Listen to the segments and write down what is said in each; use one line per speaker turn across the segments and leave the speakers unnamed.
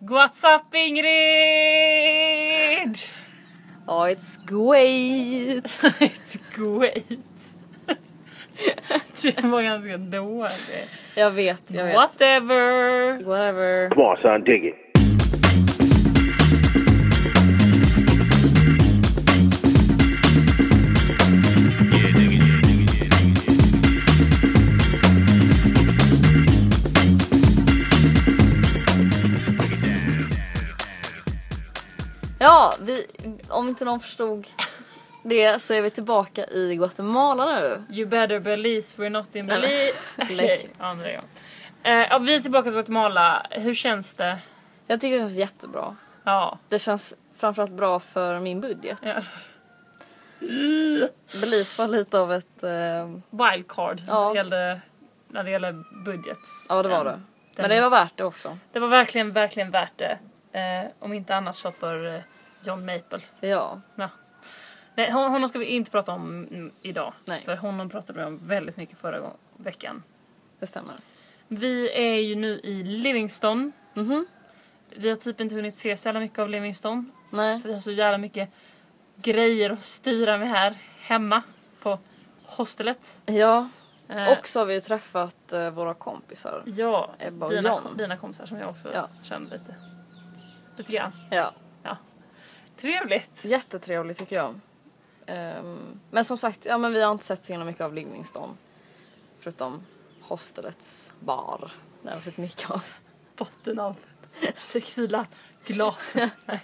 What's up Ingrid?
Ja, it's great!
It's great. Det var ganska dåligt.
Jag vet, jag vet.
Whatever.
Whatever.
Come on, son, dig it.
Ja, vi, om inte någon förstod det så är vi tillbaka i Guatemala nu.
You better believe we're not in
Nej, men-
Belize. Okej, andra gången. Eh, ja, vi är tillbaka till Guatemala. Hur känns det?
Jag tycker det känns jättebra.
Ja.
Det känns framförallt bra för min budget.
Ja.
Belize var lite av ett... Eh,
Wildcard
Ja.
när, det gällde, när det gällde budget.
ja, det var
Eh,
det. Men
den-
det var värt det också.
det var verkligen, verkligen värt det. Eh, om inte annars så för eh, John Maple.
Ja.
Nej, hon, honom ska vi inte prata om mm, idag.
Nej.
För honom pratade vi om väldigt mycket förra gång, veckan.
Det stämmer.
Vi är ju nu i Livingston.
Mhm.
Vi har typ inte hunnit se så jävla mycket av Livingston.
Nej.
För vi har så jävla mycket grejer att styra med här hemma på hostelet.
Ja.
Eh,
Och så har vi ju träffat eh, våra kompisar.
ja,
Ebba och
dina,
John.
dina kompisar som jag också
Ja.
känner lite. Lite grann.
Ja.
Trevligt!
Jättetrevligt tycker jag. Ehm, men som sagt, ja, men vi har inte sett så himla mycket av Livingston. Förutom hostelets bar. Det har vi sett mycket av.
Botten av tequila glas. Nej,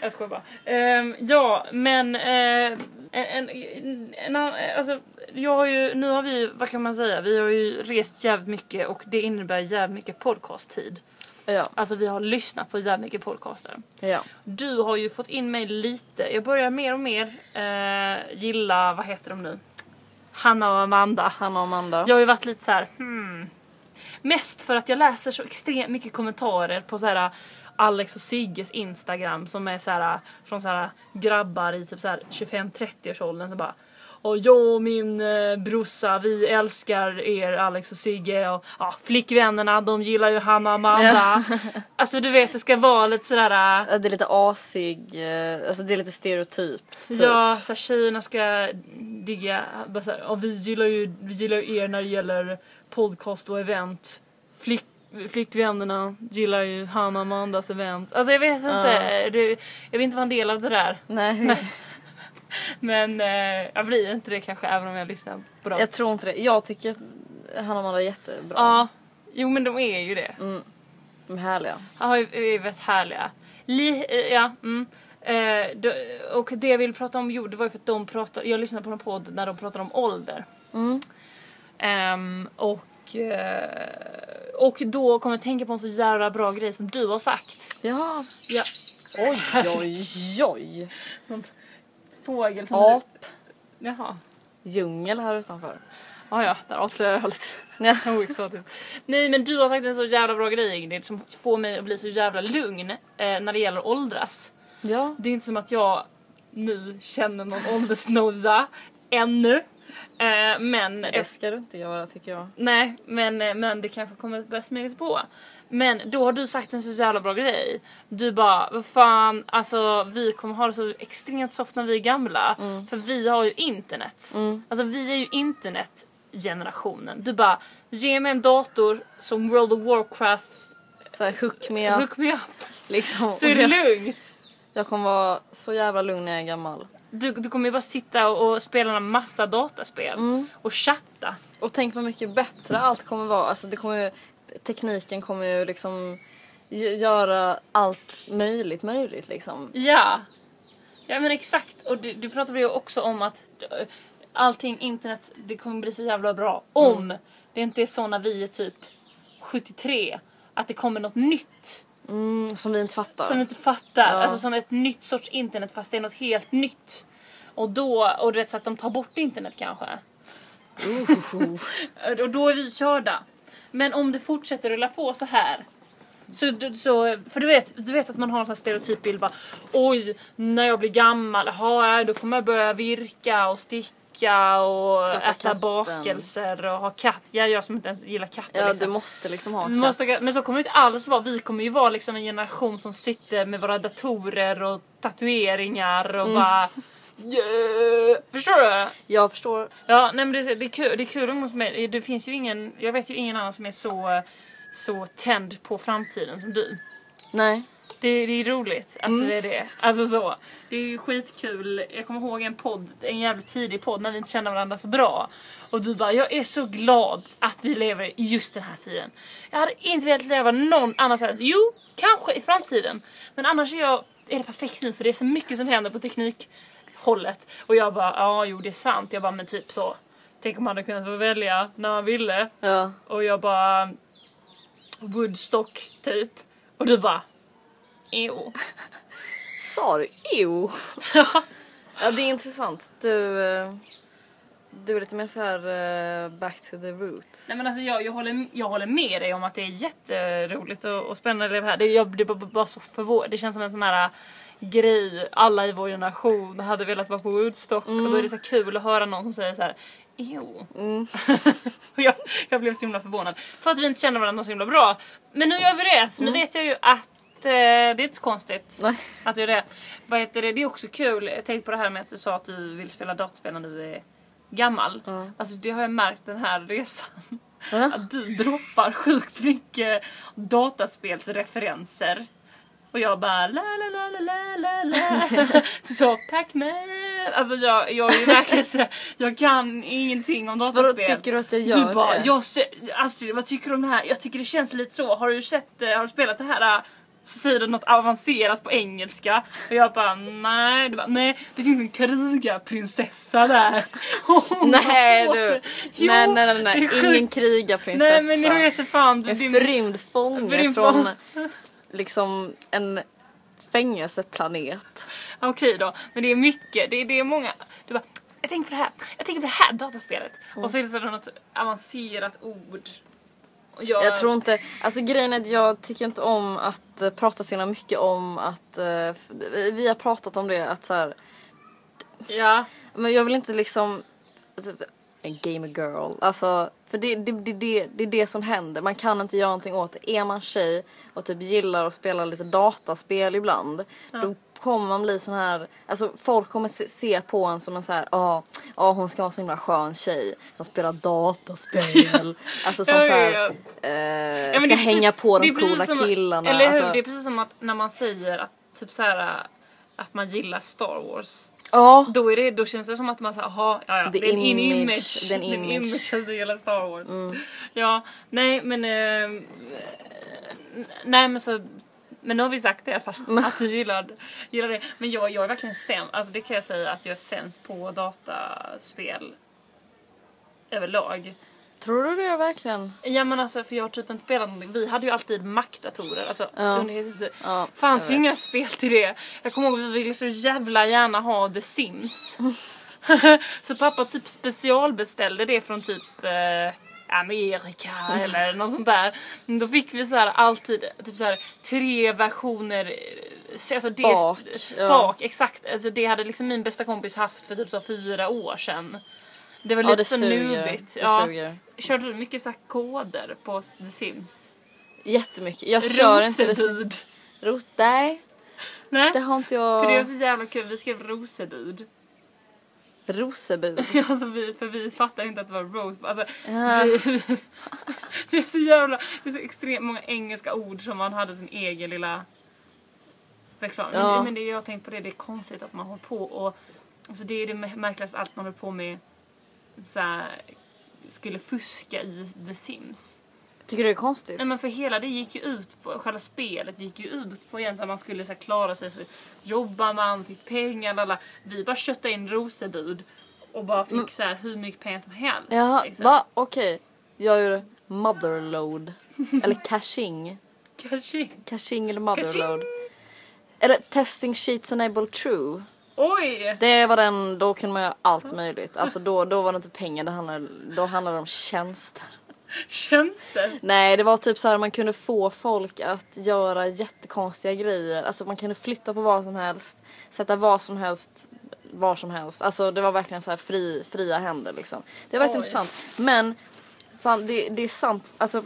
jag skojar bara. Ehm, ja, men eh, en, en, en, annan- alltså, jag har ju, nu har vi, vad kan man säga, vi har ju rest jävligt mycket och det innebär jävligt mycket podcasttid.
Ja,
Alltså vi har lyssnat på jävligt mycket podcaster.
ja.
Du har ju fått in mig lite. Jag börjar mer och mer eh, gilla, vad heter de nu? Hanna och Amanda.
Hanna och Amanda.
Jag har ju varit lite så här. hmm. Mest för att jag läser så extremt mycket kommentarer på så här äh, Alex och Sigges instagram som är så här äh, från så här grabbar i typ så här 25-30 års åldern som bara och jag och min eh, brorsa vi älskar er Alex och Sigge och ja, flickvännerna de gillar ju Hanna och Amanda. alltså du vet det ska vara lite äh, sådär
Eh, Det är lite asig, eh, alltså det är lite stereotyp. Typ.
Ja, så här, tjejerna ska digga. Bara så här, ja, vi, gillar ju, vi gillar ju er när det gäller podcast och event. Flick, flickvännerna gillar ju Hanna och Amandas event. Alltså jag vet inte. Det, jag vill inte vara en del av det där.
Nej,
Men eh, jag blir inte det kanske även om jag lyssnar på dem.
jag tror inte det. Jag tycker att Hanna och Amanda är jättebra.
Ja, jo men de är ju det.
De är härliga.
Han har ju är väldigt härliga. Li, eh, ja, mm. Eh, de- och det jag ville prata om, jo det var ju för att de pratade, jag lyssnade på en podd när de pratade om ålder. Ehm, och, eh, och då kom jag att tänka på en så jävla bra grej som du har sagt.
Ja. Mm.
Ja.
Oj, oj, oj.
Fågel som du...
Ap,
Jaha.
djungel här utanför.
Ah, ja, där avslöjade jag lite.
Ja.
Oexotiskt. Nej men du har sagt en så jävla bra grej Ingrid som får mig att bli så jävla lugn eh, när det gäller att åldras.
ja.
Det är inte som att jag nu känner någon åldersnoja ännu. Eh, men,
Det ska du inte göra tycker jag.
nej, men, eh, men det kanske kommer att börja smygas på. Men då har du sagt en så jävla bra grej. Du bara, vad fan, alltså vi kommer ha det så extremt soft när vi är gamla. För vi har ju internet. Alltså vi är ju internetgenerationen. Du bara, ge mig en dator som World of Warcraft,
Så här, hook me up,
hook me up,
liksom.
så är det lugnt.
Jag kommer vara så jävla lugn när jag är gammal.
Du, du kommer ju bara sitta och, och spela en massa dataspel och chatta.
Och tänk vad mycket bättre allt kommer vara. Alltså det kommer ju, tekniken kommer ju liksom gö- göra allt möjligt möjligt liksom.
Ja, ja men exakt. Och du, du pratade ju också om att eh, allting internet det kommer bli så jävla bra om det inte är så när vi är typ 73 att det kommer något nytt
Mm, som vi inte fattar.
som vi inte fattar. Alltså som ett nytt sorts internet fast det är något helt nytt. Och då, och du vet så att de tar bort internet kanske. och då är vi körda. Men om det fortsätter rulla på så här. Så, du- så, för du vet, du vet att man har en sån här stereotyp bild bara Oj, när jag blir gammal, aha, då kommer jag börja virka och sticka koka och
Klappa
äta
katten.
bakelser och ha katt. Jag gör som inte ens gillar katter.
Ja,
liksom.
du måste liksom ha
Vi Måste, men så kommer det inte alls vara. Vi kommer ju vara liksom en generation som sitter med våra datorer och tatueringar och bara... Yeah. Förstår du?
Jag förstår.
Ja, nej men det, är- det är kul, det är kul umgås med. Det finns ju ingen, jag vet ju ingen annan som är så, så tänd på framtiden som du.
Nej.
Det, det är roligt att du är det. Alltså så. Det är ju skitkul. Jag kommer ihåg en podd, en jävligt tidig podd när vi inte kände varandra så bra. Och du bara, jag är så glad att vi lever i just den här tiden. Jag hade inte velat leva någon annanstans. Jo, kanske i framtiden. Men annars är, jag, är det perfekt nu för det är så mycket som händer på teknikhållet. Och jag bara, ja jo det är sant. Jag bara, men typ så. Tänk om man hade kunnat få välja när man ville.
Ja.
Och jag bara... Woodstock, typ. Och du bara... Jo.
Sa du ew? ja, det är intressant. Du, eh, du är lite mer så här eh, back to the roots.
Nej men alltså jag, jag, håller, jag håller med dig om att det är jätteroligt och, och spännande att leva här. Det, jag blir bara, bara så förvånad. Det känns som en sån här äh, grej alla i vår generation hade velat vara på Woodstock och då är det så här kul att höra någon som säger så här. Jo. och jag, jag blev så himla förvånad. För att vi inte känner varandra så himla bra. Men nu gör vi det. Så nu vet jag ju att eh, det är inte så konstigt.
Nej.
Att du är det. Vad heter det? Det är också kul. Jag tänkte på det här med att du sa att du vill spela dataspel när du är gammal. Alltså det har jag märkt den här resan.
Ja.
Att du droppar sjukt mycket dataspelsreferenser. Och jag bara la la la la la la la. Du sa Pac-Man. Alltså jag, jag är ju verkligen så, jag kan ingenting om dataspel.
Vadå tycker du att jag gör
Du bara,
det?
jag ser, Astrid vad tycker du om det här? Jag tycker det känns lite så, har du sett, eh, har du spelat det här? eh?" Så säger du något avancerat på engelska och jag bara nej, du bara, nej det finns en krigarprinsessa där. Och hon
Nej
bara,
du!
Jo,
nej nej nej,
det
nej.
är sjukt.
ingen krigarprinsessa.
Nej men jag vet inte fan. Det,
En
det,
förrymd fånge
Förrymd
från
fånge.
liksom en fängelseplanet.
okej då, men det är mycket, det, är- det är många. Du bara, jag tänker på det här, jag tänker på det här dataspelet.
Mm.
Och så är det så här något avancerat ord. Och
Jag tror inte, alltså grejen är att jag tycker inte om att eh, prata så himla mycket om att, eh, f- vi- vi har pratat om det att så här,
Ja.
men jag vill inte liksom, en gamer girl, alltså för det, det, det, det, det är det som händer, man kan inte göra någonting åt det. Är man tjej och typ gillar att spela lite dataspel ibland, då kommer man bli sån här, alltså folk kommer se, se på en som en så här, ja, ah, ah, hon ska vara en så himla skön tjej som spelar dataspel. alltså som
Ja, ja,
så här,
ja.
eh,
Ja,
ska
men det är
hänga
precis-
på
det
de
är precis
coola
som-
killarna.
Eller hur?
alltså,
Det är precis som att när man säger att, typ så här, att man gillar Star Wars.
ja,
Då, är det, då känns det som att man säger jaha, ja, ja,
The
det är en in
image,
image.
den
Det är en
image. Mm.
image att du gillar Star Wars. Ja, nej men... eh, n- nej men så... Men nu har vi sagt det i alla fall, att du gillar, gillar det. Men jag, jag är verkligen sämst, alltså det kan jag säga att jag är sämst på dataspel. Överlag.
tror du det verkligen?
Ja men alltså för jag har typ inte spelat någonting. Vi hade ju alltid Mac-datorer. Alltså,
Ja.
under hela tiden.
Ja,
Fanns
jag
ju inga spel till det. Jag kommer ihåg att vi ville så jävla gärna ha The Sims. så pappa typ specialbeställde det från typ eh, Amerika eller något sånt där. Men då fick vi så här alltid typ så här, tre versioner eh, alltså det,
Bak, ja.
bak exakt. Alltså det hade liksom min bästa kompis haft för typ så fyra år sedan. Det var
Ja,
lite
det
så
suger.
nubigt.
Det
Ja.
suger.
Körde du mycket så här koder på The Sims?
Jättemycket. Jag kör inte det. så-
Rosebud.
Ros- Nej,
Nej,
det har inte
för det var
jag.
så jävla kul. Vi skrev Rosebud.
Rosebud.
Alltså vi, för vi fattar inte att det var Rosebud. Alltså, vi, det är så jävla... Det är så extremt många engelska ord som man hade sin egen lilla förklaring. Men-
Ja.
Men det jag har tänkt på det, det är konstigt att man håller på och... Alltså det är det märkligaste allt man håller på med så här, skulle fuska i The Sims.
Tycker du det är konstigt?
Nej men för hela det gick ju ut på, själva spelet gick ju ut på egentligen att man skulle så här, klara sig, så jobbar man, fick pengar, alla. Vi bara köttade in Rosebud och bara fick så här, hur mycket pengar som helst.
Jaha,
liksom.
va? Okej. Jag gjorde motherload. Eller caching.
Kanske.
Caching eller motherload. Eller testing sheets enable true.
Oj!
Det var den, då kunde man göra allt möjligt. Alltså då, då var det inte pengar, det handlade, då handlade det om tjänster.
Tjänster!
Nej, det var typ så här man kunde få folk att göra jättekonstiga grejer. Alltså man kunde flytta på vad som helst, sätta vad som helst var som helst. Alltså det var verkligen så här fri, fria händer liksom. Det var verkligen
Oj.
intressant. Men fan det, det är sant. Alltså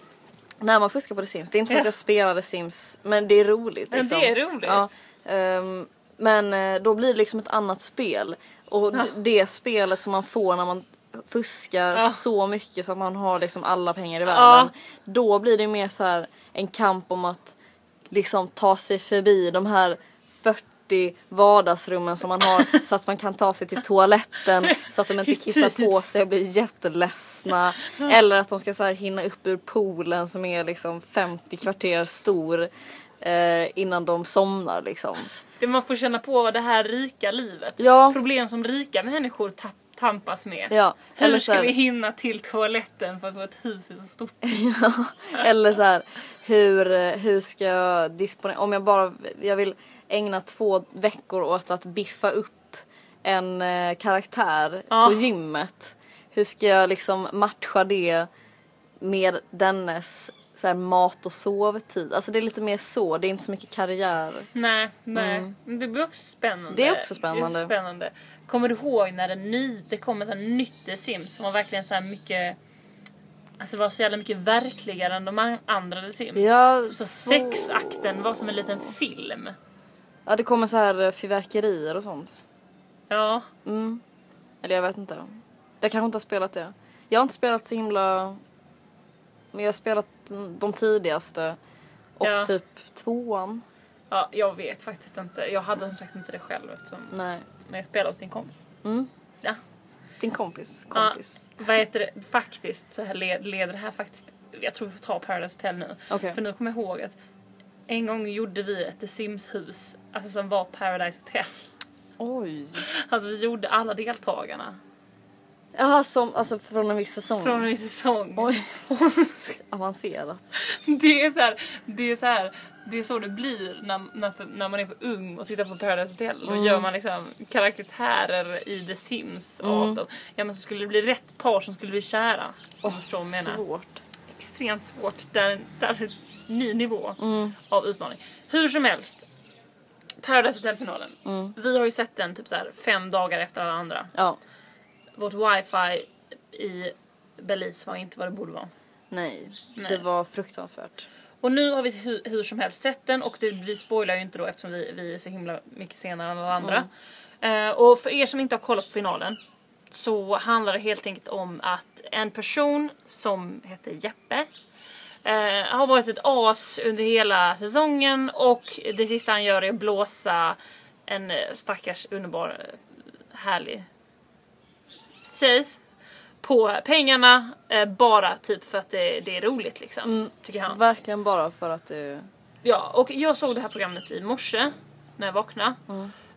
när man fuskar på The Sims. Det är inte så att
Ja.
jag spelade Sims men det är roligt.
Men
Liksom.
det är roligt.
Ja. Ehm, men eh, då blir det liksom ett annat spel. Och d- det spelet som man får när man fuskar
Ja.
så mycket så att man har liksom alla pengar i
Ja.
världen. Då blir det mer så här en kamp om att liksom ta sig förbi de här 40 vardagsrummen som man har så att man kan ta sig till toaletten så att de inte
I
kissar
tid.
på sig och blir jätteledsna. Eller att de ska så här hinna upp ur poolen som är liksom 50 kvarter stor eh, innan de somnar liksom.
Det man får känna på var det här rika livet.
Ja.
Problem som rika människor ta- tampas med.
Ja,
Hur
eller så
ska
här-
vi hinna till toaletten för att vårt hus är så stort?
Eller så här, hur, eh, hur ska jag disponera, om jag bara jag vill ägna två veckor åt att biffa upp en eh, karaktär
Ja.
på gymmet. Hur ska jag liksom matcha det med dennes så här, mat och sovtid? Alltså det är lite mer så, det är inte så mycket karriär.
Nej, nej. Men Det blir också spännande.
Mm. Det är också spännande.
Det är spännande. Kommer du ihåg när det, ny, det kom en sån här nytt The Sims som var verkligen så här mycket Alltså det var så jävla mycket verkligare än de an- andra The Sims.
Ja,
så
så-
sexakten var som en liten film.
Ja det kommer så här eh, fyrverkerier och sånt.
Ja,
Eller jag vet inte. Jag kanske inte har spelat det. Jag har inte spelat så himla... Men jag har spelat de tidigaste. Och
Ja.
typ tvåan.
ja jag vet faktiskt inte. Jag hade som sagt inte det själv eftersom
Nej.
när jag spelade åt min kompis.
Mm.
Ja.
Din kompis. Kompis.
Ja, vad heter det? Faktiskt så här led, leder det här faktiskt... Jag tror vi får ta Paradise Hotel nu.
Okej.
För nu kommer jag ihåg att en gång gjorde vi ett The Sims-hus alltså som var Paradise Hotel.
Oj.
Alltså vi gjorde alla deltagarna
Jaha, som, alltså från en viss säsong.
från en säsong.
Oj. Avancerat.
Det är så här, det är så här, det är så det blir när, när, för, när man är för ung och tittar på Paradise Hotel.
Mm.
Då gör man liksom karaktärer i The Sims av
Mm.
dem. Ja men så skulle det bli rätt par som skulle bli kära. Om du förstår vad jag menar.
Svårt.
extremt svårt. Där, där är ny nivå av utmaning. Hur som helst. Paradise Hotel-finalen. Vi har ju sett den typ så här fem dagar efter alla andra.
Ja.
Vårt wifi i Belize var inte vad det borde vara.
Nej.
Nej.
Det var fruktansvärt.
Och nu har vi hur, hur som helst sett den och det, vi spoilar ju inte då eftersom vi, vi är så himla mycket senare än alla andra. Eh, och för er som inte har kollat på finalen så handlar det helt enkelt om att en person som heter Jeppe eh, har varit ett as under hela säsongen och det sista han gör är att blåsa en eh, stackars underbar eh, härlig tjej på pengarna eh, bara typ för att det, det är roligt liksom. Tycker han.
Verkligen bara för att du...
Ja, och jag såg det här programmet i morse när jag vaknade.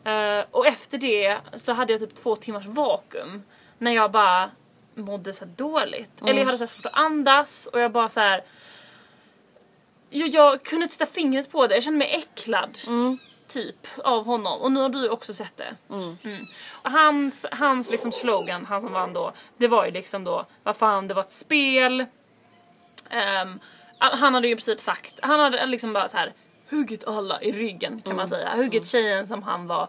Eh, och efter det så hade jag typ två timmars vakuum. När jag bara mådde så här dåligt. Eller jag hade så här svårt att andas och jag bara så här. Jag, jag kunde inte sätta fingret på det, jag kände mig äcklad. Typ av honom. Och nu har du också sett det. Mm. Och hans, hans liksom slogan, han som vann då, det var ju liksom då, vad fan det var ett spel. Ehm, han hade ju i princip sagt, han hade liksom bara så här huggit alla i ryggen kan man säga. Huggit tjejen som han var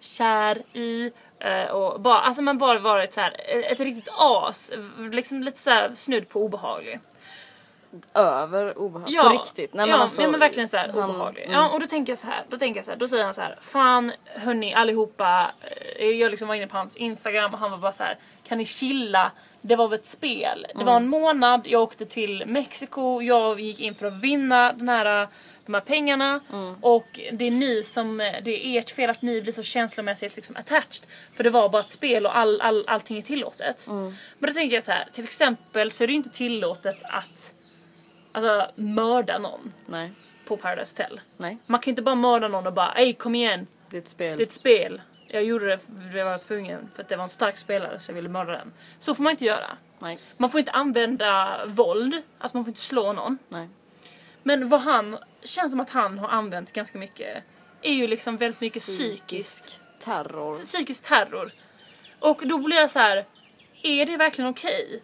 kär i. eh, och bara, alltså man bara varit så här, ett riktigt as. Liksom lite så här snudd på obehaglig.
Över obehag.
Ja,
På riktigt. Nej,
ja,
men alltså,
ja men verkligen så här
han- mm.
obehaglig. Ja, och då tänker jag så här, då tänker jag så här, då säger han så här, fan hörni allihopa, eh, jag liksom var inne på hans instagram och han var bara så här, kan ni chilla? Det var väl ett spel. Det
Mm.
var en månad, jag åkte till Mexiko, jag gick in för att vinna den här, de här pengarna
Mm.
och det är ni som, eh, det är ert fel att ni blir så känslomässigt liksom attached. För det var bara ett spel och all, all, allting är tillåtet.
Mm.
Men då tänker jag så här, till exempel så är det ju inte tillåtet att alltså, mörda någon
Nej.
på Paradise Hotel.
Nej.
Man kan inte bara mörda någon och bara ej kom igen,
Det är ett spel.
det är ett spel. Jag gjorde det för att jag var tvungen för att det var en stark spelare så jag ville mörda den. Så får man inte göra.
Nej.
Man får inte använda våld, alltså man får inte slå någon.
Nej.
Men vad han, känns som att han har använt ganska mycket, är ju liksom väldigt mycket psykisk,
terror.
psykisk terror. Och då blir jag så här, är det verkligen okej?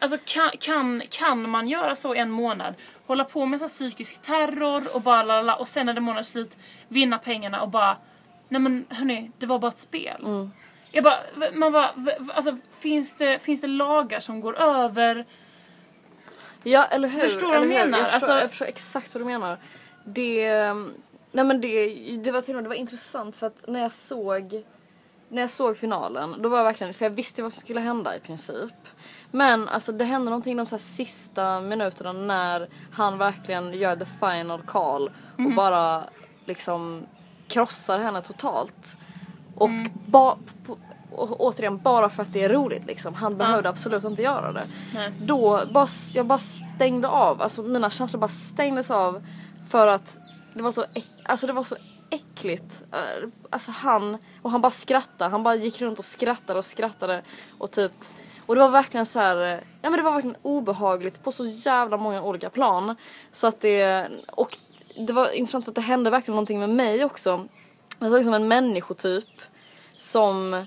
Alltså kan, kan, kan man göra så en månad? Hålla på med så här psykisk terror och bara lalala, och sen när det månaden är slut vinna pengarna och bara nej men hörni, det var bara ett spel. Jag bara, v- man bara, v- v- alltså finns det, finns det lagar som går över?
Ja, eller hur?
Förstår vad
eller
du
hur?
menar?
Jag förstår,
Alltså-
jag förstår exakt vad du menar. Det, mm, nej men det, det var till och med det var intressant för att när jag såg när jag såg finalen, då var jag verkligen, för jag visste vad som skulle hända i princip. Men alltså det hände någonting de så här sista minuterna när han verkligen gör the final call
Mm.
och bara liksom krossar henne totalt. Och,
Mm.
ba, på, och återigen bara för att det är roligt liksom. Han behövde absolut inte göra det
Nej.
då bara, jag bara stängde av, alltså mina känslor bara stängdes av för att det var så, äck- alltså det var så äckligt. Eh, Alltså han, och han bara skrattade, han bara gick runt och skrattade och skrattade och typ och det var verkligen så här, eh, ja men det var verkligen obehagligt på så jävla många olika plan så att det, och det var intressant för att det hände verkligen någonting med mig också. Jag såg liksom en människotyp som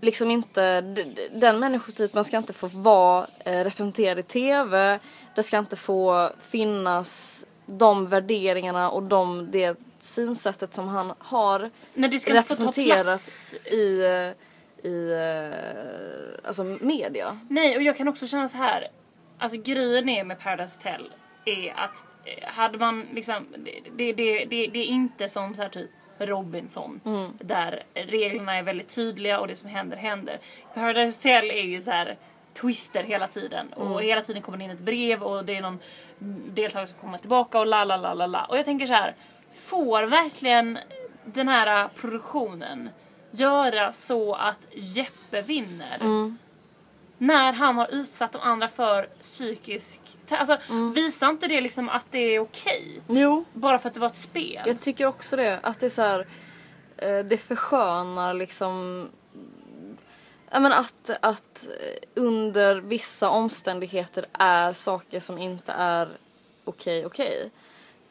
liksom inte, d- d- den människotypen ska inte få vara eh, representerad i TV. Det ska inte få finnas de värderingarna och de, det synsättet som han har
Nej, det ska inte få ta plats.
representeras i, eh, i eh, alltså media.
Nej, och jag kan också känna så här. Alltså grejen är med Paradise Hotel är att eh, hade man liksom, det, det, det, det, det är inte som så här typ Robinson där reglerna är väldigt tydliga och det som händer händer. Paradise Hotel är ju så här twister hela tiden och hela tiden kommer det in ett brev och det är någon deltagare som kommer tillbaka och la la la la la. Och jag tänker så här, får verkligen den här produktionen göra så att Jeppe vinner? när han har utsatt de andra för psykisk... ter- Alltså, Visar inte det liksom att det är okej?
Jo,
Bara för att det var ett spel?
jag tycker också det. Att det är så här, eh, det förskönar liksom Ja, men att, att eh, under vissa omständigheter är saker som inte är okej okej.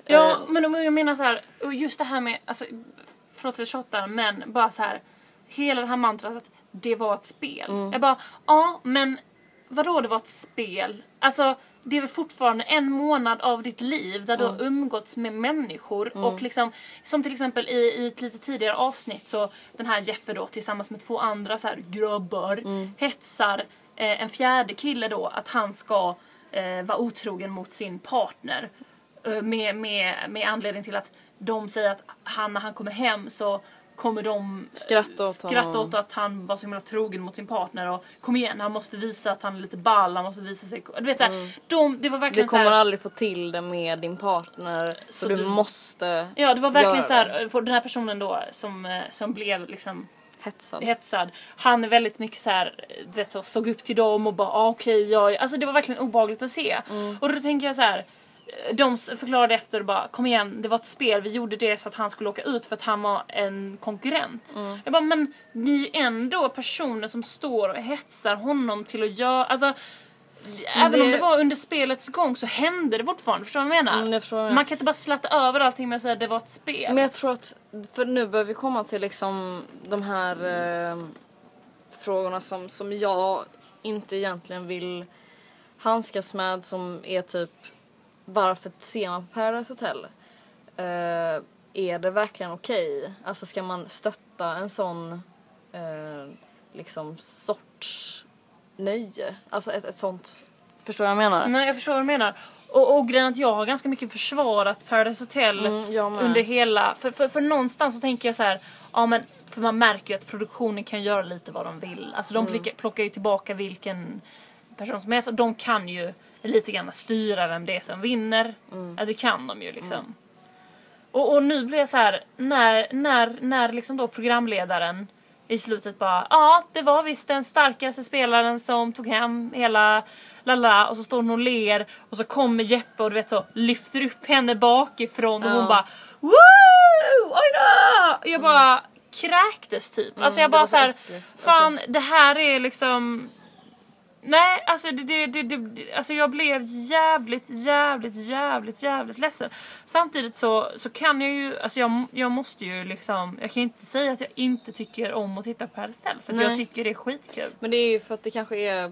ja, men om jag menar så här, och just det här med... Alltså, förlåt att jag tjatar, men bara så här. Hela det här mantrat att det var ett spel. Jag bara, ja men vadå det var ett spel? Alltså det är väl fortfarande en månad av ditt liv där du har umgåtts med människor och liksom som till exempel i, i ett lite tidigare avsnitt så den här Jeppe då tillsammans med två andra så här grabbar hetsar eh, en fjärde kille då att han ska eh, vara otrogen mot sin partner eh, med, med, med anledning till att de säger att han när han kommer hem så kommer de eh,
Skratta åt honom.
skratta åt att han var så himla trogen mot sin partner och kom igen han måste visa att han är lite ball, han måste visa sig. Du vet såhär, de, det var
Du
verkligen
Mm. kommer
såhär,
aldrig få till det med din partner så,
Så
du,
du-
måste
Ja det var verkligen
göra
så här, eh, för den här personen då som, eh, som blev liksom
hetsad.
hetsad, han är väldigt mycket så här, du vet så, såg upp till dem och bara ah, okej, jag... Alltså det var verkligen obehagligt att se.
Mm.
Och då tänker jag så här. eh, De s- förklarade efter och bara kom igen, det var ett spel, vi gjorde det så att han skulle åka ut för att han var en konkurrent.
Mm.
Jag bara men ni är ändå personer som står och hetsar honom till att göra, alltså Även om
det-
det var under spelets gång så hände det fortfarande, förstår du vad jag menar?
Mm, jag förstår vad du menar.
Man kan inte bara slatta över allting med att säga det var ett spel.
Men jag tror att, för nu börjar vi komma till liksom de här eh, frågorna som, som jag inte egentligen vill handskas med som är typ varför ser man på Paradise Hotel? Eh, är det verkligen okej? Alltså ska man stötta en sån eh, liksom sorts nöje? Alltså ett, ett sånt, förstår du vad jag menar?
Nej, jag förstår vad du menar. Och, och grejen är att jag har ganska mycket försvarat Paradise Hotel
Mm, jag med.
under hela... För, för, för någonstans så tänker jag så här, ja men för man märker ju att produktionen kan göra lite vad de vill. Alltså de plockar, plockar ju tillbaka vilken person som helst och de kan ju lite grann styra vem det är som vinner. Ja, det kan de ju liksom. Och, och nu blir jag så här, när, när, när liksom då programledaren i slutet bara ja, det var visst den starkaste spelaren som tog hem hela la la och så står hon och ler och så kommer Jeppe och du vet så lyfter upp henne bakifrån och hon bara woo! Oj då! Jag bara kräktes typ. alltså jag
Mm. det var
bara
så
så här,
äckligt, alltså.
fan det här är liksom Nej, alltså, det, det, det, det, alltså jag blev jävligt, jävligt, jävligt, jävligt ledsen. Samtidigt så, så kan jag ju, alltså jag, jag måste ju liksom, jag kan ju inte säga att jag inte tycker om att titta på Paradise Hotel för att
Nej.
jag tycker det är skitkul.
Men det är ju för att det kanske är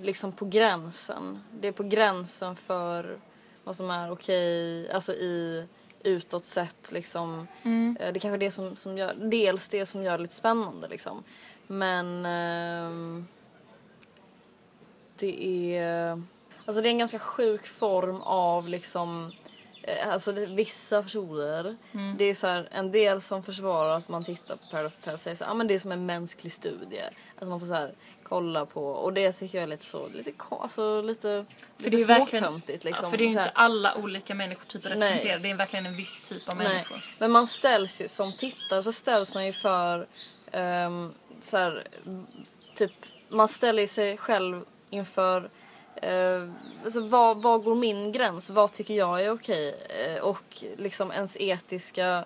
liksom på gränsen. Det är på gränsen för vad som är okej, alltså i, utåt sett liksom. Eh, Det är kanske det som, som gör, dels det som gör det lite spännande liksom. Men ehm, det är, alltså det är en ganska sjuk form av liksom eh, Alltså det, vissa personer,
Mm.
det är så här, en del som försvarar att man tittar på Paradise Hotel och säger så här, ah, men det är som en mänsklig studie. Alltså man får så här, kolla på och det tycker jag är lite så, lite, ko- alltså lite,
För
lite
det är verkligen-
småtöntigt liksom.
ja, för det är ju
så här.
inte alla olika människotyper
Nej.
representerade. Det är verkligen en viss typ av
Nej.
människor.
Men man ställs ju, som tittare så ställs man ju för ehm, så här, m- typ, man ställer ju sig själv inför eh, alltså, vad, vad går min gräns? Vad tycker jag är okej? Eh, och liksom ens etiska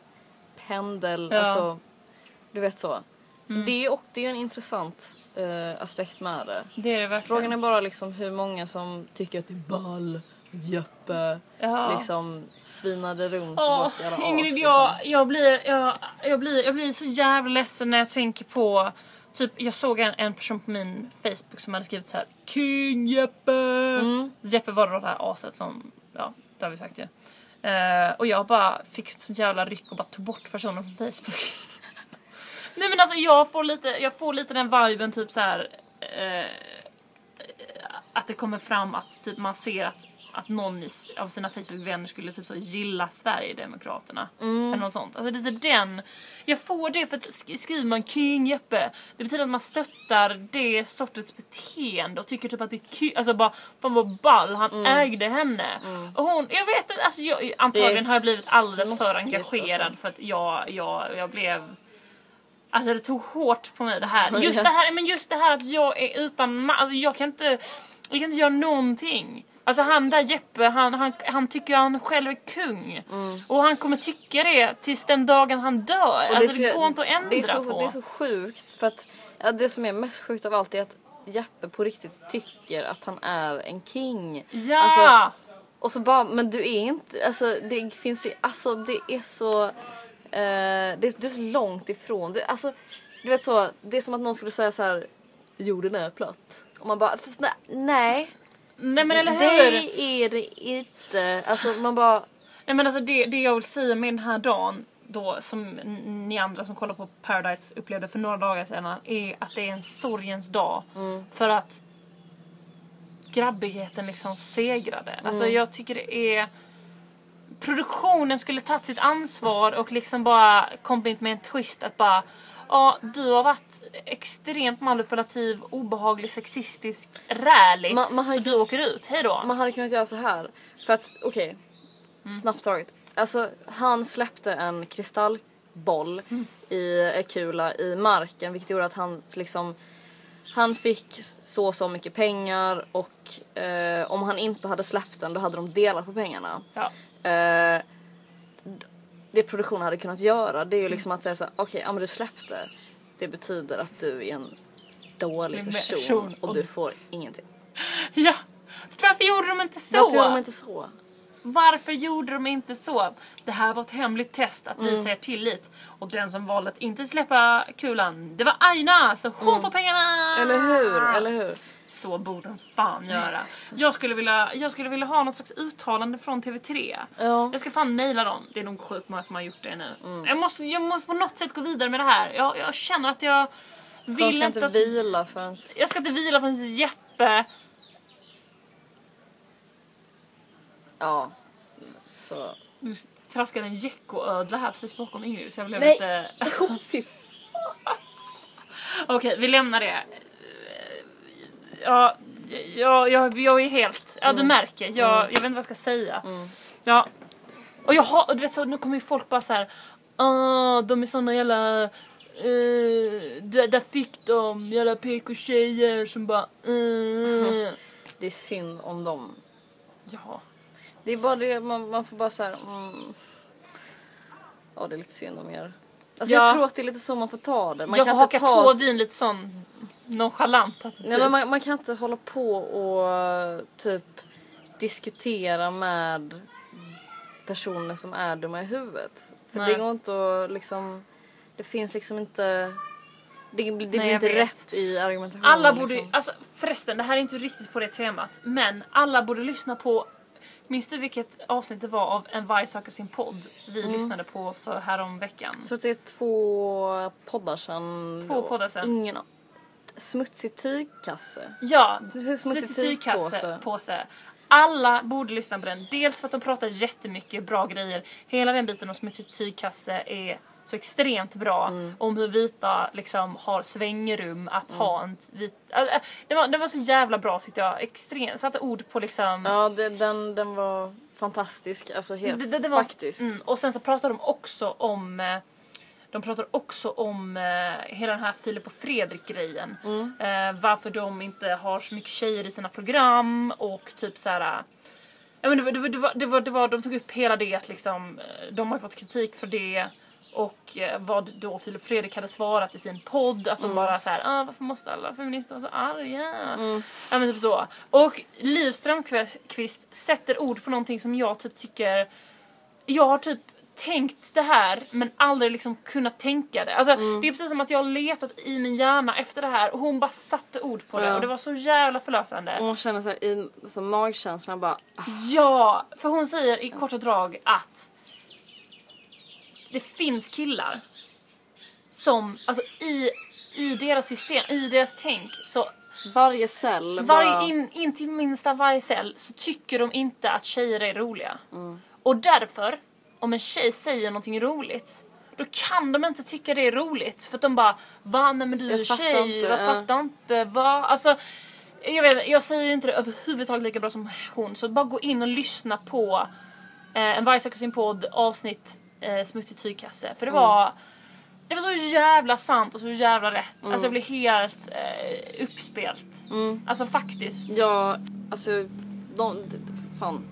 pendel,
Ja. Mm.
alltså du vet så. Så det, är, och, det är en intressant eh, aspekt med det.
Det är det verkligen.
Frågan är bara liksom hur många som tycker att det är ball, jöppe,
Ja.
liksom svinade runt och
Ja,
var ett jävla as.
Ingrid,
liksom.
jag, jag, blir, jag, jag, blir, jag blir så jävla ledsen när jag tänker på... Typ, jag såg en, en person på min Facebook som hade skrivit så här King Jeppe!
Mm.
Jeppe var då det här aset som... Ja, det har vi sagt ju. Eh, och jag bara fick ett sånt jävla ryck och bara tog bort personen från Facebook. Nej men alltså jag får lite, jag får lite den viben typ så här. Eh, att det kommer fram att typ, man ser att, att någon i, s- av sina Facebook-vänner skulle typ så gilla Sverigedemokraterna. Eller något sånt. Alltså lite den. Jag får det för att sk- skriver man King Jeppe, det betyder att man stöttar det sortens beteende och tycker typ att det är kul. Alltså bara, fan vad ball, han ägde henne. Och hon, jag vet inte, alltså jag, antagligen har jag blivit alldeles för
smaskigt,
engagerad
alltså.
för att jag, jag, jag blev Alltså det tog hårt på mig det här.
Ja.
Just det här, men just det här att jag är utan ma- alltså jag kan inte, jag kan inte göra någonting. Alltså han där Jeppe, han, han, han tycker han själv är kung. Och han kommer tycka det tills den dagen han dör.
Mm. Och
alltså det
så-
går inte att ändra
det är så,
på.
Det är så sjukt för att ja, det som är mest sjukt av allt är att Jeppe på riktigt tycker att han är en king.
Ja!
Alltså, och så bara, men du är inte, alltså det finns ju, alltså det är så, eh, det är, du är så långt ifrån. Du, alltså, du vet så, det är som att någon skulle säga så här, jorden är platt. Och man bara, fast nej, nej
Nej men eller hur?
det är det inte. Alltså man bara,
Nej men alltså det, det jag vill säga med den här dagen då som n- ni andra som kollar på Paradise upplevde för några dagar sedan är att det är en sorgens dag.
Mm.
För att grabbigheten liksom segrade. Alltså
Mm.
jag tycker det är produktionen skulle tagit sitt ansvar och liksom bara kommit med en twist att bara Ja, du har varit extremt manipulativ, obehaglig, sexistisk, rälig.
Man- man har
så
ju-
du åker ut, hejdå.
Man hade kunnat göra så här. För att, okej.
Mm.
Snabbt taget. Alltså, han släppte en kristallboll i en kula i marken vilket gjorde att han liksom han fick så och så mycket pengar och eh, om han inte hade släppt den då hade de delat på pengarna.
Ja.
Eh, det produktionen hade kunnat göra det är
Mm.
ju liksom att säga såhär, okej, ja men du släppte. Det betyder att du är en dålig
En
person,
person
och
och-
du får ingenting.
ja! Varför gjorde de inte så?
Varför gör de inte så?
Varför gjorde de inte så? Det här var ett hemligt test att
Mm.
visa er tillit. Och den som valde att inte släppa kulan, det var Aina! Så hon får pengarna!
Mm. Eller
Ah.
hur? Eller hur?
Så borde de fan göra. Jag skulle vilja, jag skulle vilja ha något slags uttalande från TV3.
Ja. Mm.
Jag ska fan mejla dem. Det är nog sjukt många som har gjort det nu. Jag, måste, jag måste på något sätt gå vidare med det här. Jag, jag känner att jag
De
vill inte
ska inte
att...
vila förrän...
Jag ska inte vila från Jeppe.
Ja. Så.
Nu traskade en geckoödla här precis bakom Ingrid så jag blev
Nej.
lite...
Fy
Okej, vi lämnar det. Ja, jag, jag, jag är helt... Ja, du
Mm.
märker. Jag, jag vet inte vad jag ska säga. Ja. Och jag har, och du vet så, nu kommer ju folk bara så här. "Ah, de är såna jävla... eh, där, där fick de jävla PK-tjejer som bara... Uh.
Mm. Det är synd om dem.
ja.
Det är bara det, man, man får bara så här... Mm. Ja, det är lite synd om er. Alltså
Ja.
jag tror att det är lite så man får ta det. Man
jag får
kan inte
haka
ta...
på din lite sån nonchalant attityd.
Nej, men man, man kan inte hålla på och typ diskutera med personer som är dumma i huvudet. För
Nej.
det går inte att liksom... Det finns liksom inte... Det, det blir
jag
inte
vet.
rätt i argumentationen.
Alla borde,
liksom.
alltså förresten det här är inte riktigt på det temat, men alla borde lyssna på Minns du vilket avsnitt det var av En varg söker sin podd vi
Mm.
lyssnade på för häromveckan?
Jag tror att det är två poddar sedan.
Två poddar sedan.
Ingen an- Smutsig tygkasse.
Ja,
Det ser ut som en
kritikkasse
kritikpåse.
påse. Alla borde lyssna på den. Dels för att de pratar jättemycket bra grejer. Hela den biten om smutsig tygkasse är så extremt bra.
Mm.
Om hur vita liksom har svängrum att ha en t- vit... Äh, äh, Den var, den var så jävla bra tyckte jag. Extremt, satte ord på liksom...
Ja, det, den, den var fantastisk. Alltså helt
Det- det- det var-
faktiskt.
Mm, och sen så pratar de också om eh, de pratar också om eh, hela den här Filip och Fredrik grejen. Eh, varför de inte har så mycket tjejer i sina program och typ så här. eh, Ja, men det, var- det, var- det, var, det, var, det var, de tog upp hela det att liksom, eh, de har fått kritik för det och eh, vad då Filip och Fredrik hade svarat i sin podd att de bara så här, ah, varför måste alla feminister vara så arga? Ja men typ så. Och Liv Strömquist sätter ord på någonting som jag typ tycker jag har typ tänkt det här men aldrig liksom kunnat tänka det. Alltså, Det är precis som att jag har letat i min hjärna efter det här och hon bara satte ord på det
Ja. Mm.
och det var så jävla förlösande.
Och Man känner såhär i så här magkänslan bara ah,
Ja, för hon säger i korta drag att det finns killar som, alltså i, i deras system, i deras tänk så
varje cell bara...
varje, in, in till minsta varje cell så tycker de inte att tjejer är roliga.
Mm.
Och därför, om en tjej säger någonting roligt då kan de inte tycka det är roligt för att de bara va nej men du är
Jag fattar
tjej,
inte,
jag
ja."
fattar inte, va? Alltså, jag, vet, inte, jag säger ju inte det överhuvudtaget lika bra som hon så bara gå in och lyssna på eh, En varg söker sin podd avsnitt eh, Smutsig tygkasse för det
Mm.
var det var så jävla sant och så jävla rätt.
Mm.
Alltså jag blev helt eh, uppspelt. Alltså faktiskt.
Ja, alltså de, d- d- fan.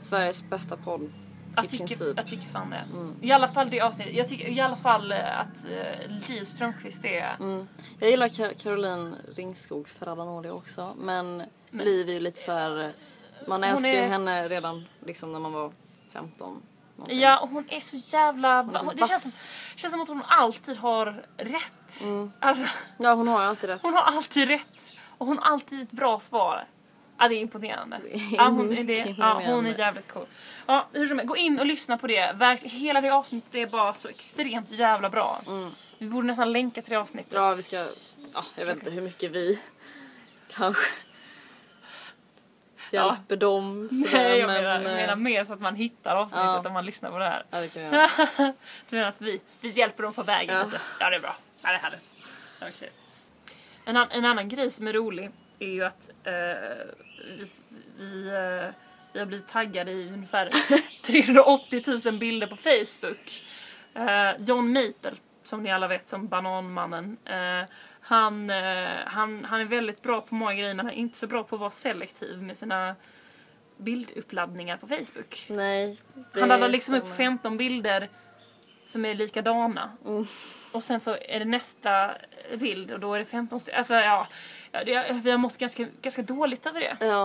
Sveriges bästa podd.
Jag
I
tycker,
princip. Mm.
jag tycker fan det. I alla fall det avsnittet. Jag tycker i alla fall eh, att eh, Liv Strömquist är...
Mm. Jag gillar Kar- Caroline Ringskog Ferradanoli också men, Liv är ju lite så här. Man
Hon
älskar ju
är-
henne redan liksom när man var 15. någonting.
Ja, och hon är så jävla...
är så
hon- det
vass. Mm.
känns, känns som att hon alltid har rätt. Alltså,
ja, hon har ju alltid rätt.
hon har alltid rätt. Och hon har alltid ett bra svar. Ja, det är imponerande.
är
Ja, hon, är det,
mycket
ja, hon är
imponerande.
jävligt cool. Ja, hur som helst, gå in och lyssna på det. Verk, hela det avsnittet är bara så extremt jävla bra. Vi borde nästan länka till det avsnittet.
Mm. Ja, vi ska... Ja, jag vet inte hur mycket vi kanske hjälper dem. sådär,
Nej, jag
men,
menar,
eh,
jag menar mer så att man hittar avsnittet
Ja.
om man lyssnar på det här.
Ja, det kan vi göra.
Du menar att vi, vi hjälper dem på vägen
Ja.
lite? Ja, det är bra. Ja, det är härligt. Okej. En, an- en annan grej som är rolig är ju att eh, vi, vi, eh, vi har blivit taggade i ungefär 380 000 bilder på Facebook. Eh, John Maple, som ni alla vet som Bananmannen, eh, han, eh, han, han är väldigt bra på många grejer men han är inte så bra på att vara selektiv med sina bilduppladdningar på Facebook.
Nej. det
Han laddar liksom upp
stämmer.
15 bilder som är likadana.
Mm.
Och sen så är det nästa bild och då är det 15 stycken. Alltså ja, ja, det- vi har mått ganska, ganska dåligt över det.
Ja.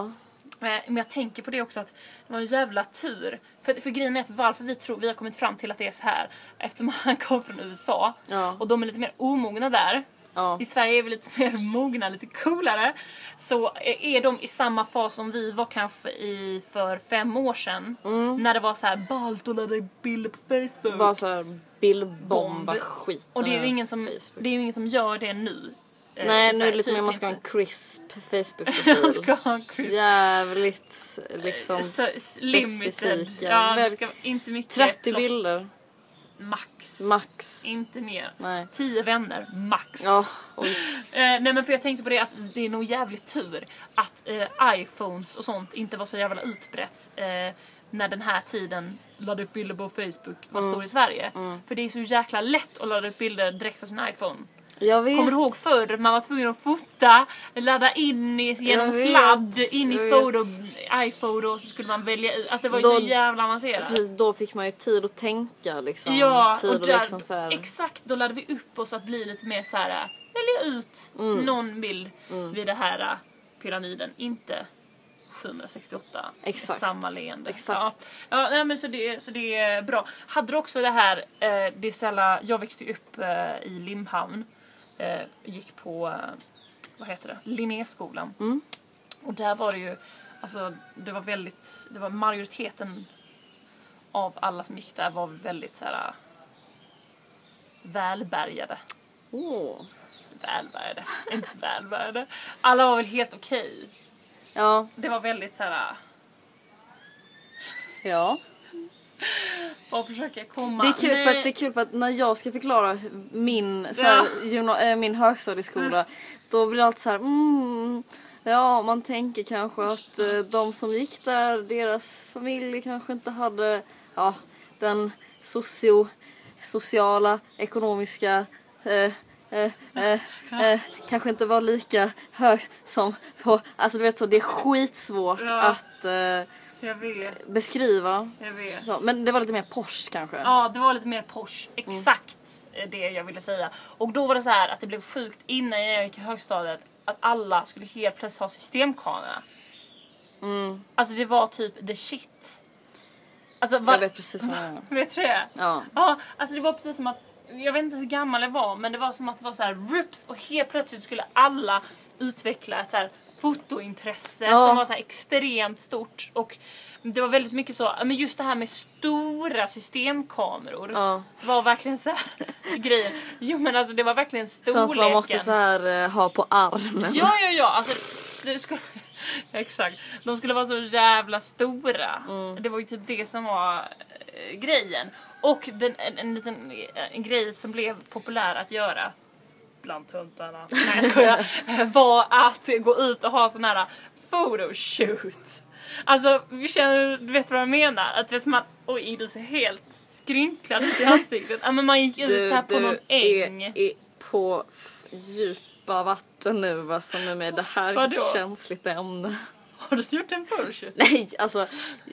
Eh, Men jag tänker på det också att det var en jävla tur. För, för grejen är att varför vi tror vi har kommit fram till att det är så här eftersom han kom från USA
Ja.
och de är lite mer omogna där.
Ja.
I Sverige är vi lite mer mogna, lite coolare. Så är de i samma fas som vi var kanske i för fem år sedan.
Mm.
När det var så här ballt att ladda bilder på Facebook.
Bara såhär bildbomba
Bomb.
skiten
och det är, ju
ur
ingen som,
Facebook.
det är ju ingen som gör det nu. eh, i
Nej nu är
Sverige.
det lite mer
Typ
man ska ha en
inte.
crisp
Man
Facebook-profil.
ska ha en crisp.
Jävligt liksom
Så- limited.
specifika.
Ja, det
Väl-
ska, inte mycket.
30
plock.
bilder
Max.
max.
Inte mer.
Nej.
10 vänner, max.
Ja, oj.
Eh, nej men för jag tänkte på det att det är nog jävligt tur att eh, iPhones och sånt inte var så jävla utbrett eh, när den här tiden ladda upp bilder på Facebook var
Mm.
stor i Sverige. För det är så jäkla lätt att ladda upp bilder direkt från sin iPhone.
Jag vet.
Kommer du ihåg förr? Man var tvungen att fota, ladda in i, genom
Jag vet,
sladd, in i
jag vet.
photo, iPhoto och så skulle man välja ut. Alltså det var ju
Då-
så jävla avancerat.
Precis, då fick man ju tid att tänka liksom.
Ja,
tid
och
att
där,
liksom så här,
exakt då laddade vi upp oss att bli lite mer så här. äh, välja ut
Mm.
någon bild vid det här äh, pyramiden, inte 768
Exakt.
samma leende.
Exakt.
Ja, ja nej, men så, det, så det är bra. Hade du också det här, eh, det är sällan, jag växte ju upp eh, i Limhamn, eh,
Mm.
gick på, eh, vad heter det, Linnéskolan. Och där var det ju Alltså det var väldigt, det var majoriteten av alla som gick där var väldigt så här välbärgade.
Åh.
Välbärgade, inte välbärgade. Alla var väl helt okej.
Ja,
Det var väldigt så här.
ja.
vad försöker jag komma?
Det är, kul
Nej.
för att, det är kul för att när jag ska förklara hur- min, så här, gymna- eh, min högstadieskola då blir det alltid så här, mm, ja man tänker kanske att eh, de som gick där, deras familj kanske inte hade ja, den socio, sociala, ekonomiska eh, Eh, eh, eh, kanske inte var lika hög som på, alltså du vet så det är skitsvårt
Ja.
att eh,
Jag vet,
beskriva.
jag vet.
Så, men det var lite mer Porsche kanske.
Ja, det var lite mer Porsche.
Mm.
Exakt det jag ville säga. Och då var det så här att det blev sjukt innan jag gick i högstadiet att alla skulle helt plötsligt ha systemkamera.
Mm,
Alltså det var typ the shit. Alltså var...
jag vet precis vad du menar.
Vet du det?
Ja.
Ja, alltså det var precis som att jag vet inte hur gammal jag var men det var som att det var så här rups och helt plötsligt skulle alla utveckla ett så här fotointresse
Ja.
som var så här extremt stort och det var väldigt mycket så, men just det här med stora systemkameror
Ja.
var verkligen så här grejer. Jo men alltså det var verkligen storleken.
Sånt som man måste så här, eh, ha på armen.
Ja, ja, ja. Alltså, det skulle... Exakt. De skulle vara så jävla stora. Det var ju typ det som var eh, grejen. Och den, en, en liten eh, en grej som blev populär att göra bland töntarna, nej jag skojar, eh, var att gå ut och ha sån här photoshoot. Alltså, vi känner, du vet vad jag menar? Att vet man, oj du ser helt skrynklad ut i ansiktet. Ja men man gick ut så här på någon äng.
Är, är på f- djupa vatten nu alltså nu med det här är
Vadå?
ett känsligt ämne.
Har du gjort en photoshoot?
Nej alltså,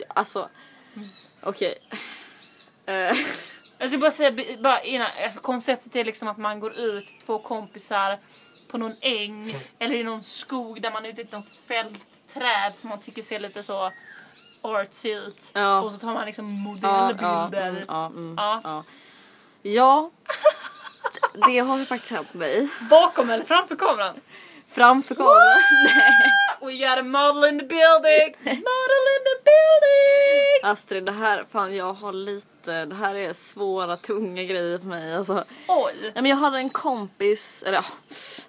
alltså okej. Eh,
Jag ska bara säga b- bara innan, alltså konceptet är liksom att man går ut, två kompisar på någon äng eller i någon skog där man är ute i något fältträd som man tycker ser lite så artsy ut.
Ja.
Och så tar man liksom
ja,
modellbilder.
ja, mm, ja, mm,
Ja.
ja. ja, d- det har ju faktiskt hänt mig.
Bakom eller framför kameran?
Framför kameran. Nej.
We got a model in the building! Model in the building!
Astrid det här, fan jag har lite, det här är svåra tunga grejer för mig alltså.
Oj!
Nej, men jag hade en kompis, eller ja,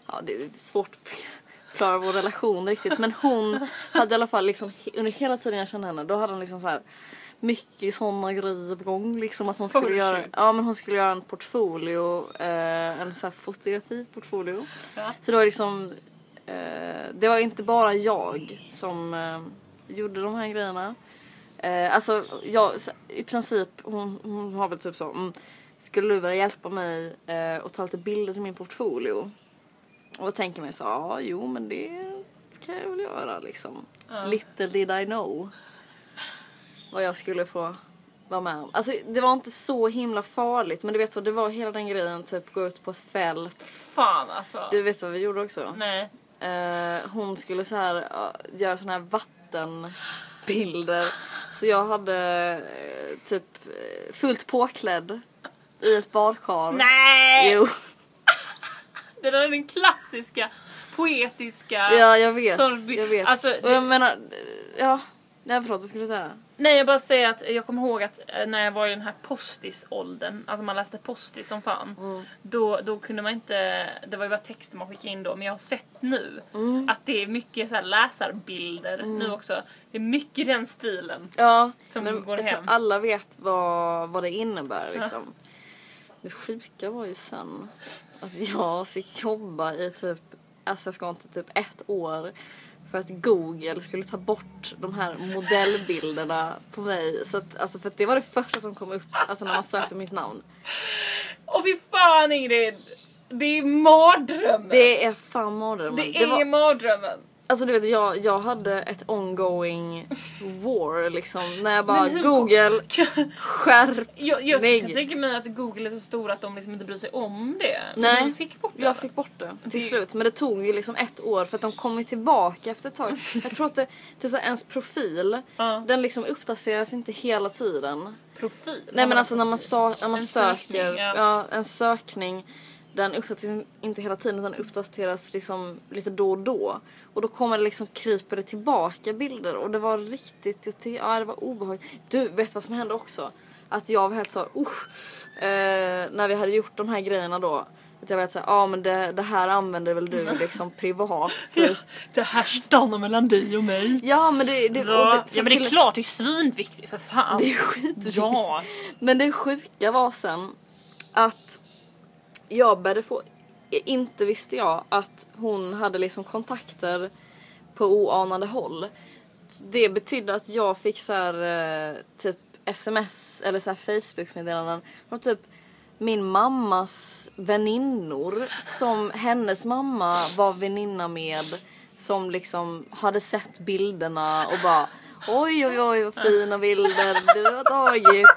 ja det är svårt att klara vår relation riktigt. Men hon hade i alla fall liksom, he- under hela tiden jag kände henne, då hade hon liksom så här mycket sådana grejer på gång. Liksom att hon skulle,
Photoshoot.
göra, ja, men hon skulle göra en portfolio, eh, en så här fotografiportfolio.
Ja.
Så det var liksom, eh, det var inte bara jag som eh, gjorde de här grejerna. Eh, alltså jag, så- i princip, hon, hon har väl typ så, mm, skulle du vilja hjälpa mig eh, och ta lite bilder till min portfolio? Och jag tänker mig så, ja jo men det kan jag väl göra liksom. Little did I know vad jag skulle få vara med om. Alltså det var inte så himla farligt men du vet så, det var hela den grejen typ gå ut på ett fält.
Fan alltså.
Du vet vad vi gjorde också?
Nej.
Eh, hon skulle så här, ja, göra såna här vattenbilder. Så jag hade eh, typ eh, fullt påklädd i ett badkar.
Nej!
Jo,
Det där är den klassiska poetiska...
ja jag vet.
Torrby-
Jag vet.
alltså,
och jag menar, ja. Nej förlåt vad skulle du säga?
Nej jag bara säger att jag kommer ihåg att eh, när jag var i den här postisåldern, alltså man läste postis som fan.
Mm.
Då, då kunde man inte, det var ju bara texter man skickade in då, men jag har sett nu
Mm.
att det är mycket så här läsarbilder nu också. Det är mycket den stilen.
Ja,
Som
men
går
jag tror
hem.
alla vet vad, vad det innebär liksom. Det sjuka var ju sen att jag fick jobba i typ, alltså jag ska inte typ ett år för att Google skulle ta bort de här modellbilderna på mig. Så att, alltså för att det var det första som kom upp alltså när man sökte mitt namn.
Och fy fan Ingrid! Det är mardrömmen! Det,
Det är fan mardrömmen.
är
var-
mardrömmen!
Alltså du vet jag, jag hade ett ongoing war liksom när jag bara
Men hur-
Google skärp
Jag, jag
Nej.
kan tänka mig att Google är så stora att de liksom inte bryr sig om det. Men
Nej.
Du fick bort det.
Jag fick bort det till slut. Men det tog ju liksom ett år för att de kom ju tillbaka efter ett tag. Jag tror att det, typ så här, ens profil,
Ja.
den liksom uppdateras inte hela tiden.
Profil.
Nej men alltså när man, alltså sa, när man
En
söker,
sökning, ja.
ja. en sökning. Den uppdateras inte hela tiden utan uppdateras liksom lite då och då. Och då kommer det liksom kryper det tillbaka bilder och det var riktigt, jag ty- ja det var obehagligt. Du, vet vad som hände också? Att jag var helt så, usch. Eh, när vi hade gjort de här grejerna då. Att jag var helt såhär, ja ah, men det, det här använder väl du liksom privat typ.
Det här stannar mellan dig och mig.
Ja men det, det, och
Ja,
för
ja men det
till-
är klart, det är svinviktigt för fan.
Det är skitviktigt.
Ja.
Men det sjuka var sen att jag började få, inte visste jag att hon hade liksom kontakter på oanade håll. Det betydde att jag fick så här eh, typ sms eller så här Facebook-meddelanden från typ min mammas väninnor som hennes mamma var väninna med som liksom hade sett bilderna och bara oj oj oj vad fina bilder du har tagit.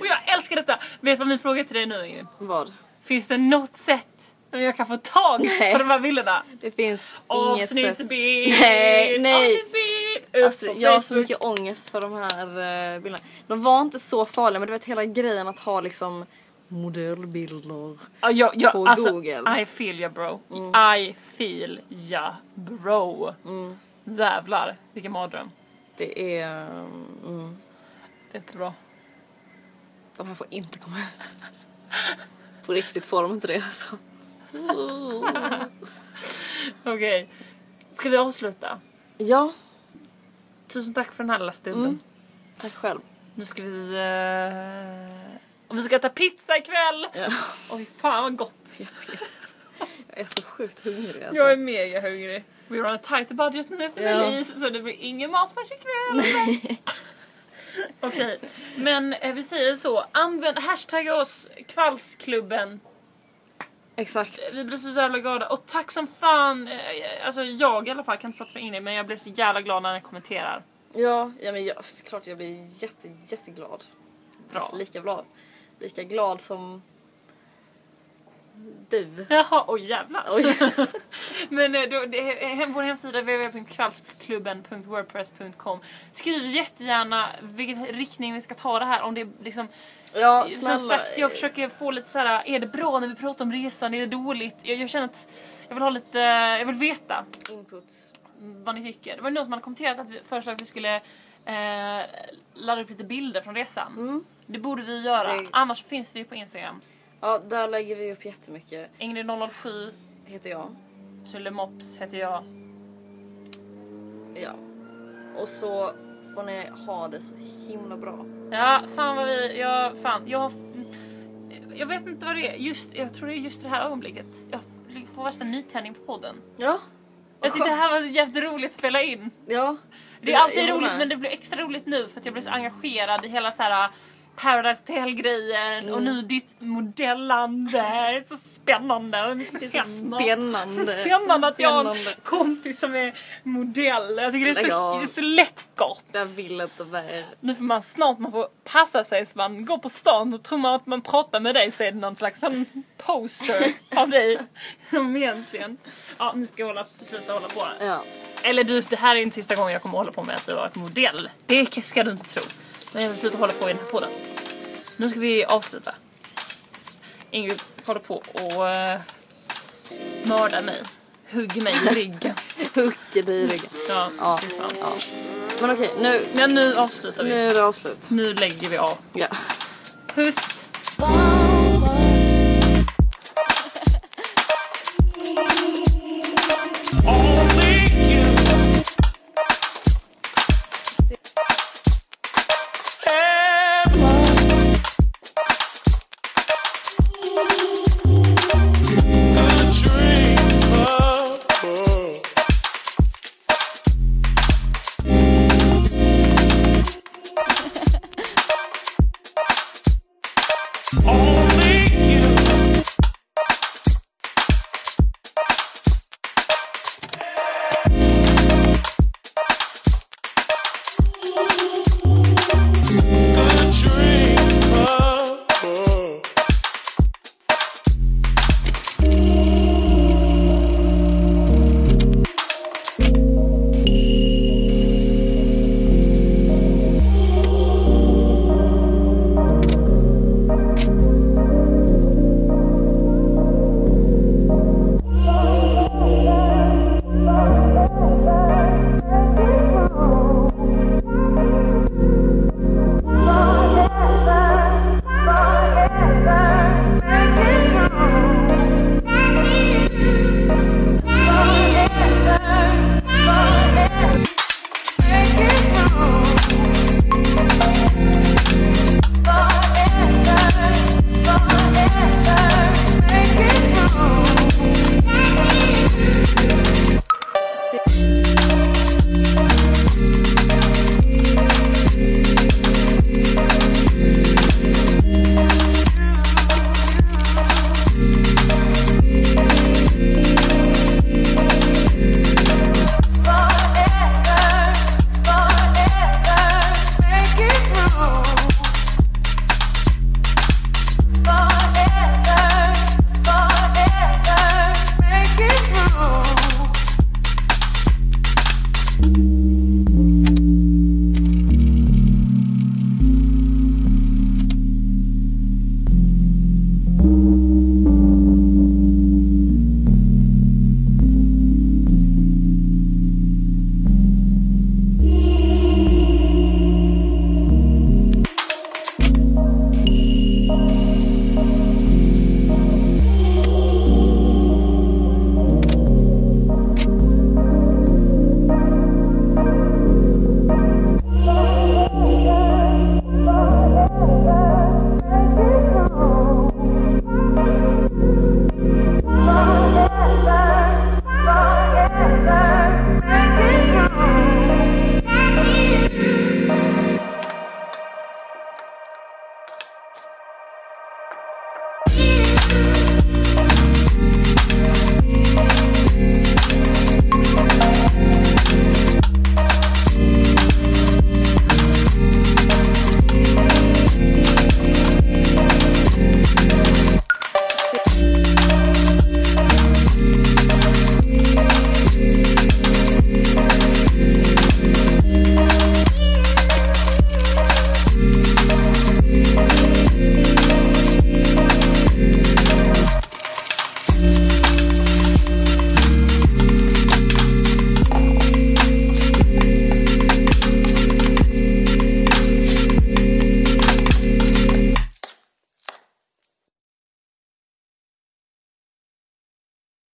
Och jag älskar detta! Vet du vad min fråga till dig nu Ingrid?
Vad?
Finns det något sätt som jag kan få tag
Nej.
på de här bilderna?
Det finns inget sätt.
Avsnittsbild!
Nej, nej.
Avsnittsbild! Upp
Alltså,
på
jag har så
Facebook.
mycket ångest för de här eh, bilderna. De var inte så farliga men du vet hela grejen att ha liksom modellbilder.
Ja, jag, jag,
på
alltså,
Google. Mm.
I feel ya bro. I feel ya bro. Jävlar, vilken mardröm.
Det är... Mm,
Det är inte bra.
de här får inte komma ut. På riktigt får de inte det alltså.
Okej. Ska vi avsluta?
Ja,
Tusen tack för den här lilla stunden.
Mm. tack själv.
Nu ska vi... eh, och vi ska äta pizza ikväll!
Ja.
Oj, fan vad gott!
Jag är så sjukt hungrig alltså.
Jag är mega hungrig. We're on a tight budget nu efter
Ja.
release så det blir ingen matmatch ikväll. Okej, men eh, vi säger så. Använd, hashtagga oss, kvällsklubben.
Exakt.
Vi blir så jävla glada och tack som fan. eh, Alltså jag i alla fall, jag kan inte prata för Ingrid men jag blir så jävla glad när ni kommenterar.
Ja, ja men jag, klart jag blir jätte, jätteglad.
Bra.
Lika glad. Lika glad som du.
Jaha, oj jävlar.
Oj.
Men eh, då, det, hem, vår hemsida www.kvällsklubben.wordpress.com Skriv jättegärna vilken riktning vi ska ta det här. Om det är liksom,
Ja, snälla.
som sagt, jag försöker få lite så här. är det bra när vi pratar om resan? Är det dåligt? Jag, jag känner att jag vill ha lite, jag vill veta
Inputs.
vad ni tycker. Det var någon som hade kommenterat att vi föreslog att vi skulle eh, ladda upp lite bilder från resan. Det borde vi göra,
Mm. Det-
annars finns vi på Instagram.
Ja, där lägger vi upp jättemycket.
Ingrid007,
Heter jag.
Sulle Mops heter jag.
Ja. Och så får ni ha det så himla bra.
Ja, fan vad vi... Ja, fan. Jag, jag vet inte vad det är. Just, jag tror det är just det här ögonblicket. Jag får värsta nytändning på podden.
Ja.
Jag tyckte det här var jävligt roligt att spela in.
Ja.
Det är alltid
jag
roligt
med.
men det blev extra roligt nu för att jag blev så engagerad i hela så här äh, Paradise Hotel-grejen och
Mm.
nu ditt modellande. Det är så spännande. och
Det är så
spännande.
spännande.
Spännande att jag har en
Spännande.
kompis som är modell. Jag tycker det är
Lägg
så,
av.
det är så läckert.
Jag vill inte vara...
Nu får man snart man får passa sig så man går på stan och tror man att man pratar med dig så är det någon slags sån poster av dig. Som egentligen. Ja nu ska jag hålla, sluta hålla på här.
Ja.
Eller du, det här är inte sista gången jag kommer hålla på med att du har ett modell. Det ska du inte tro. Men jag vill sluta hålla på i den här podden. Nu ska vi avsluta. Ingrid håller på och eh, mörda mig. Hugg mig i ryggen.
Hugger dig i ryggen.
Ja,
Ja.
fy fan.
ja. Men okej, nu,
Men nu avslutar
nu
vi.
är det avslut.
Nu lägger vi av.
Ja.
Puss!
Oh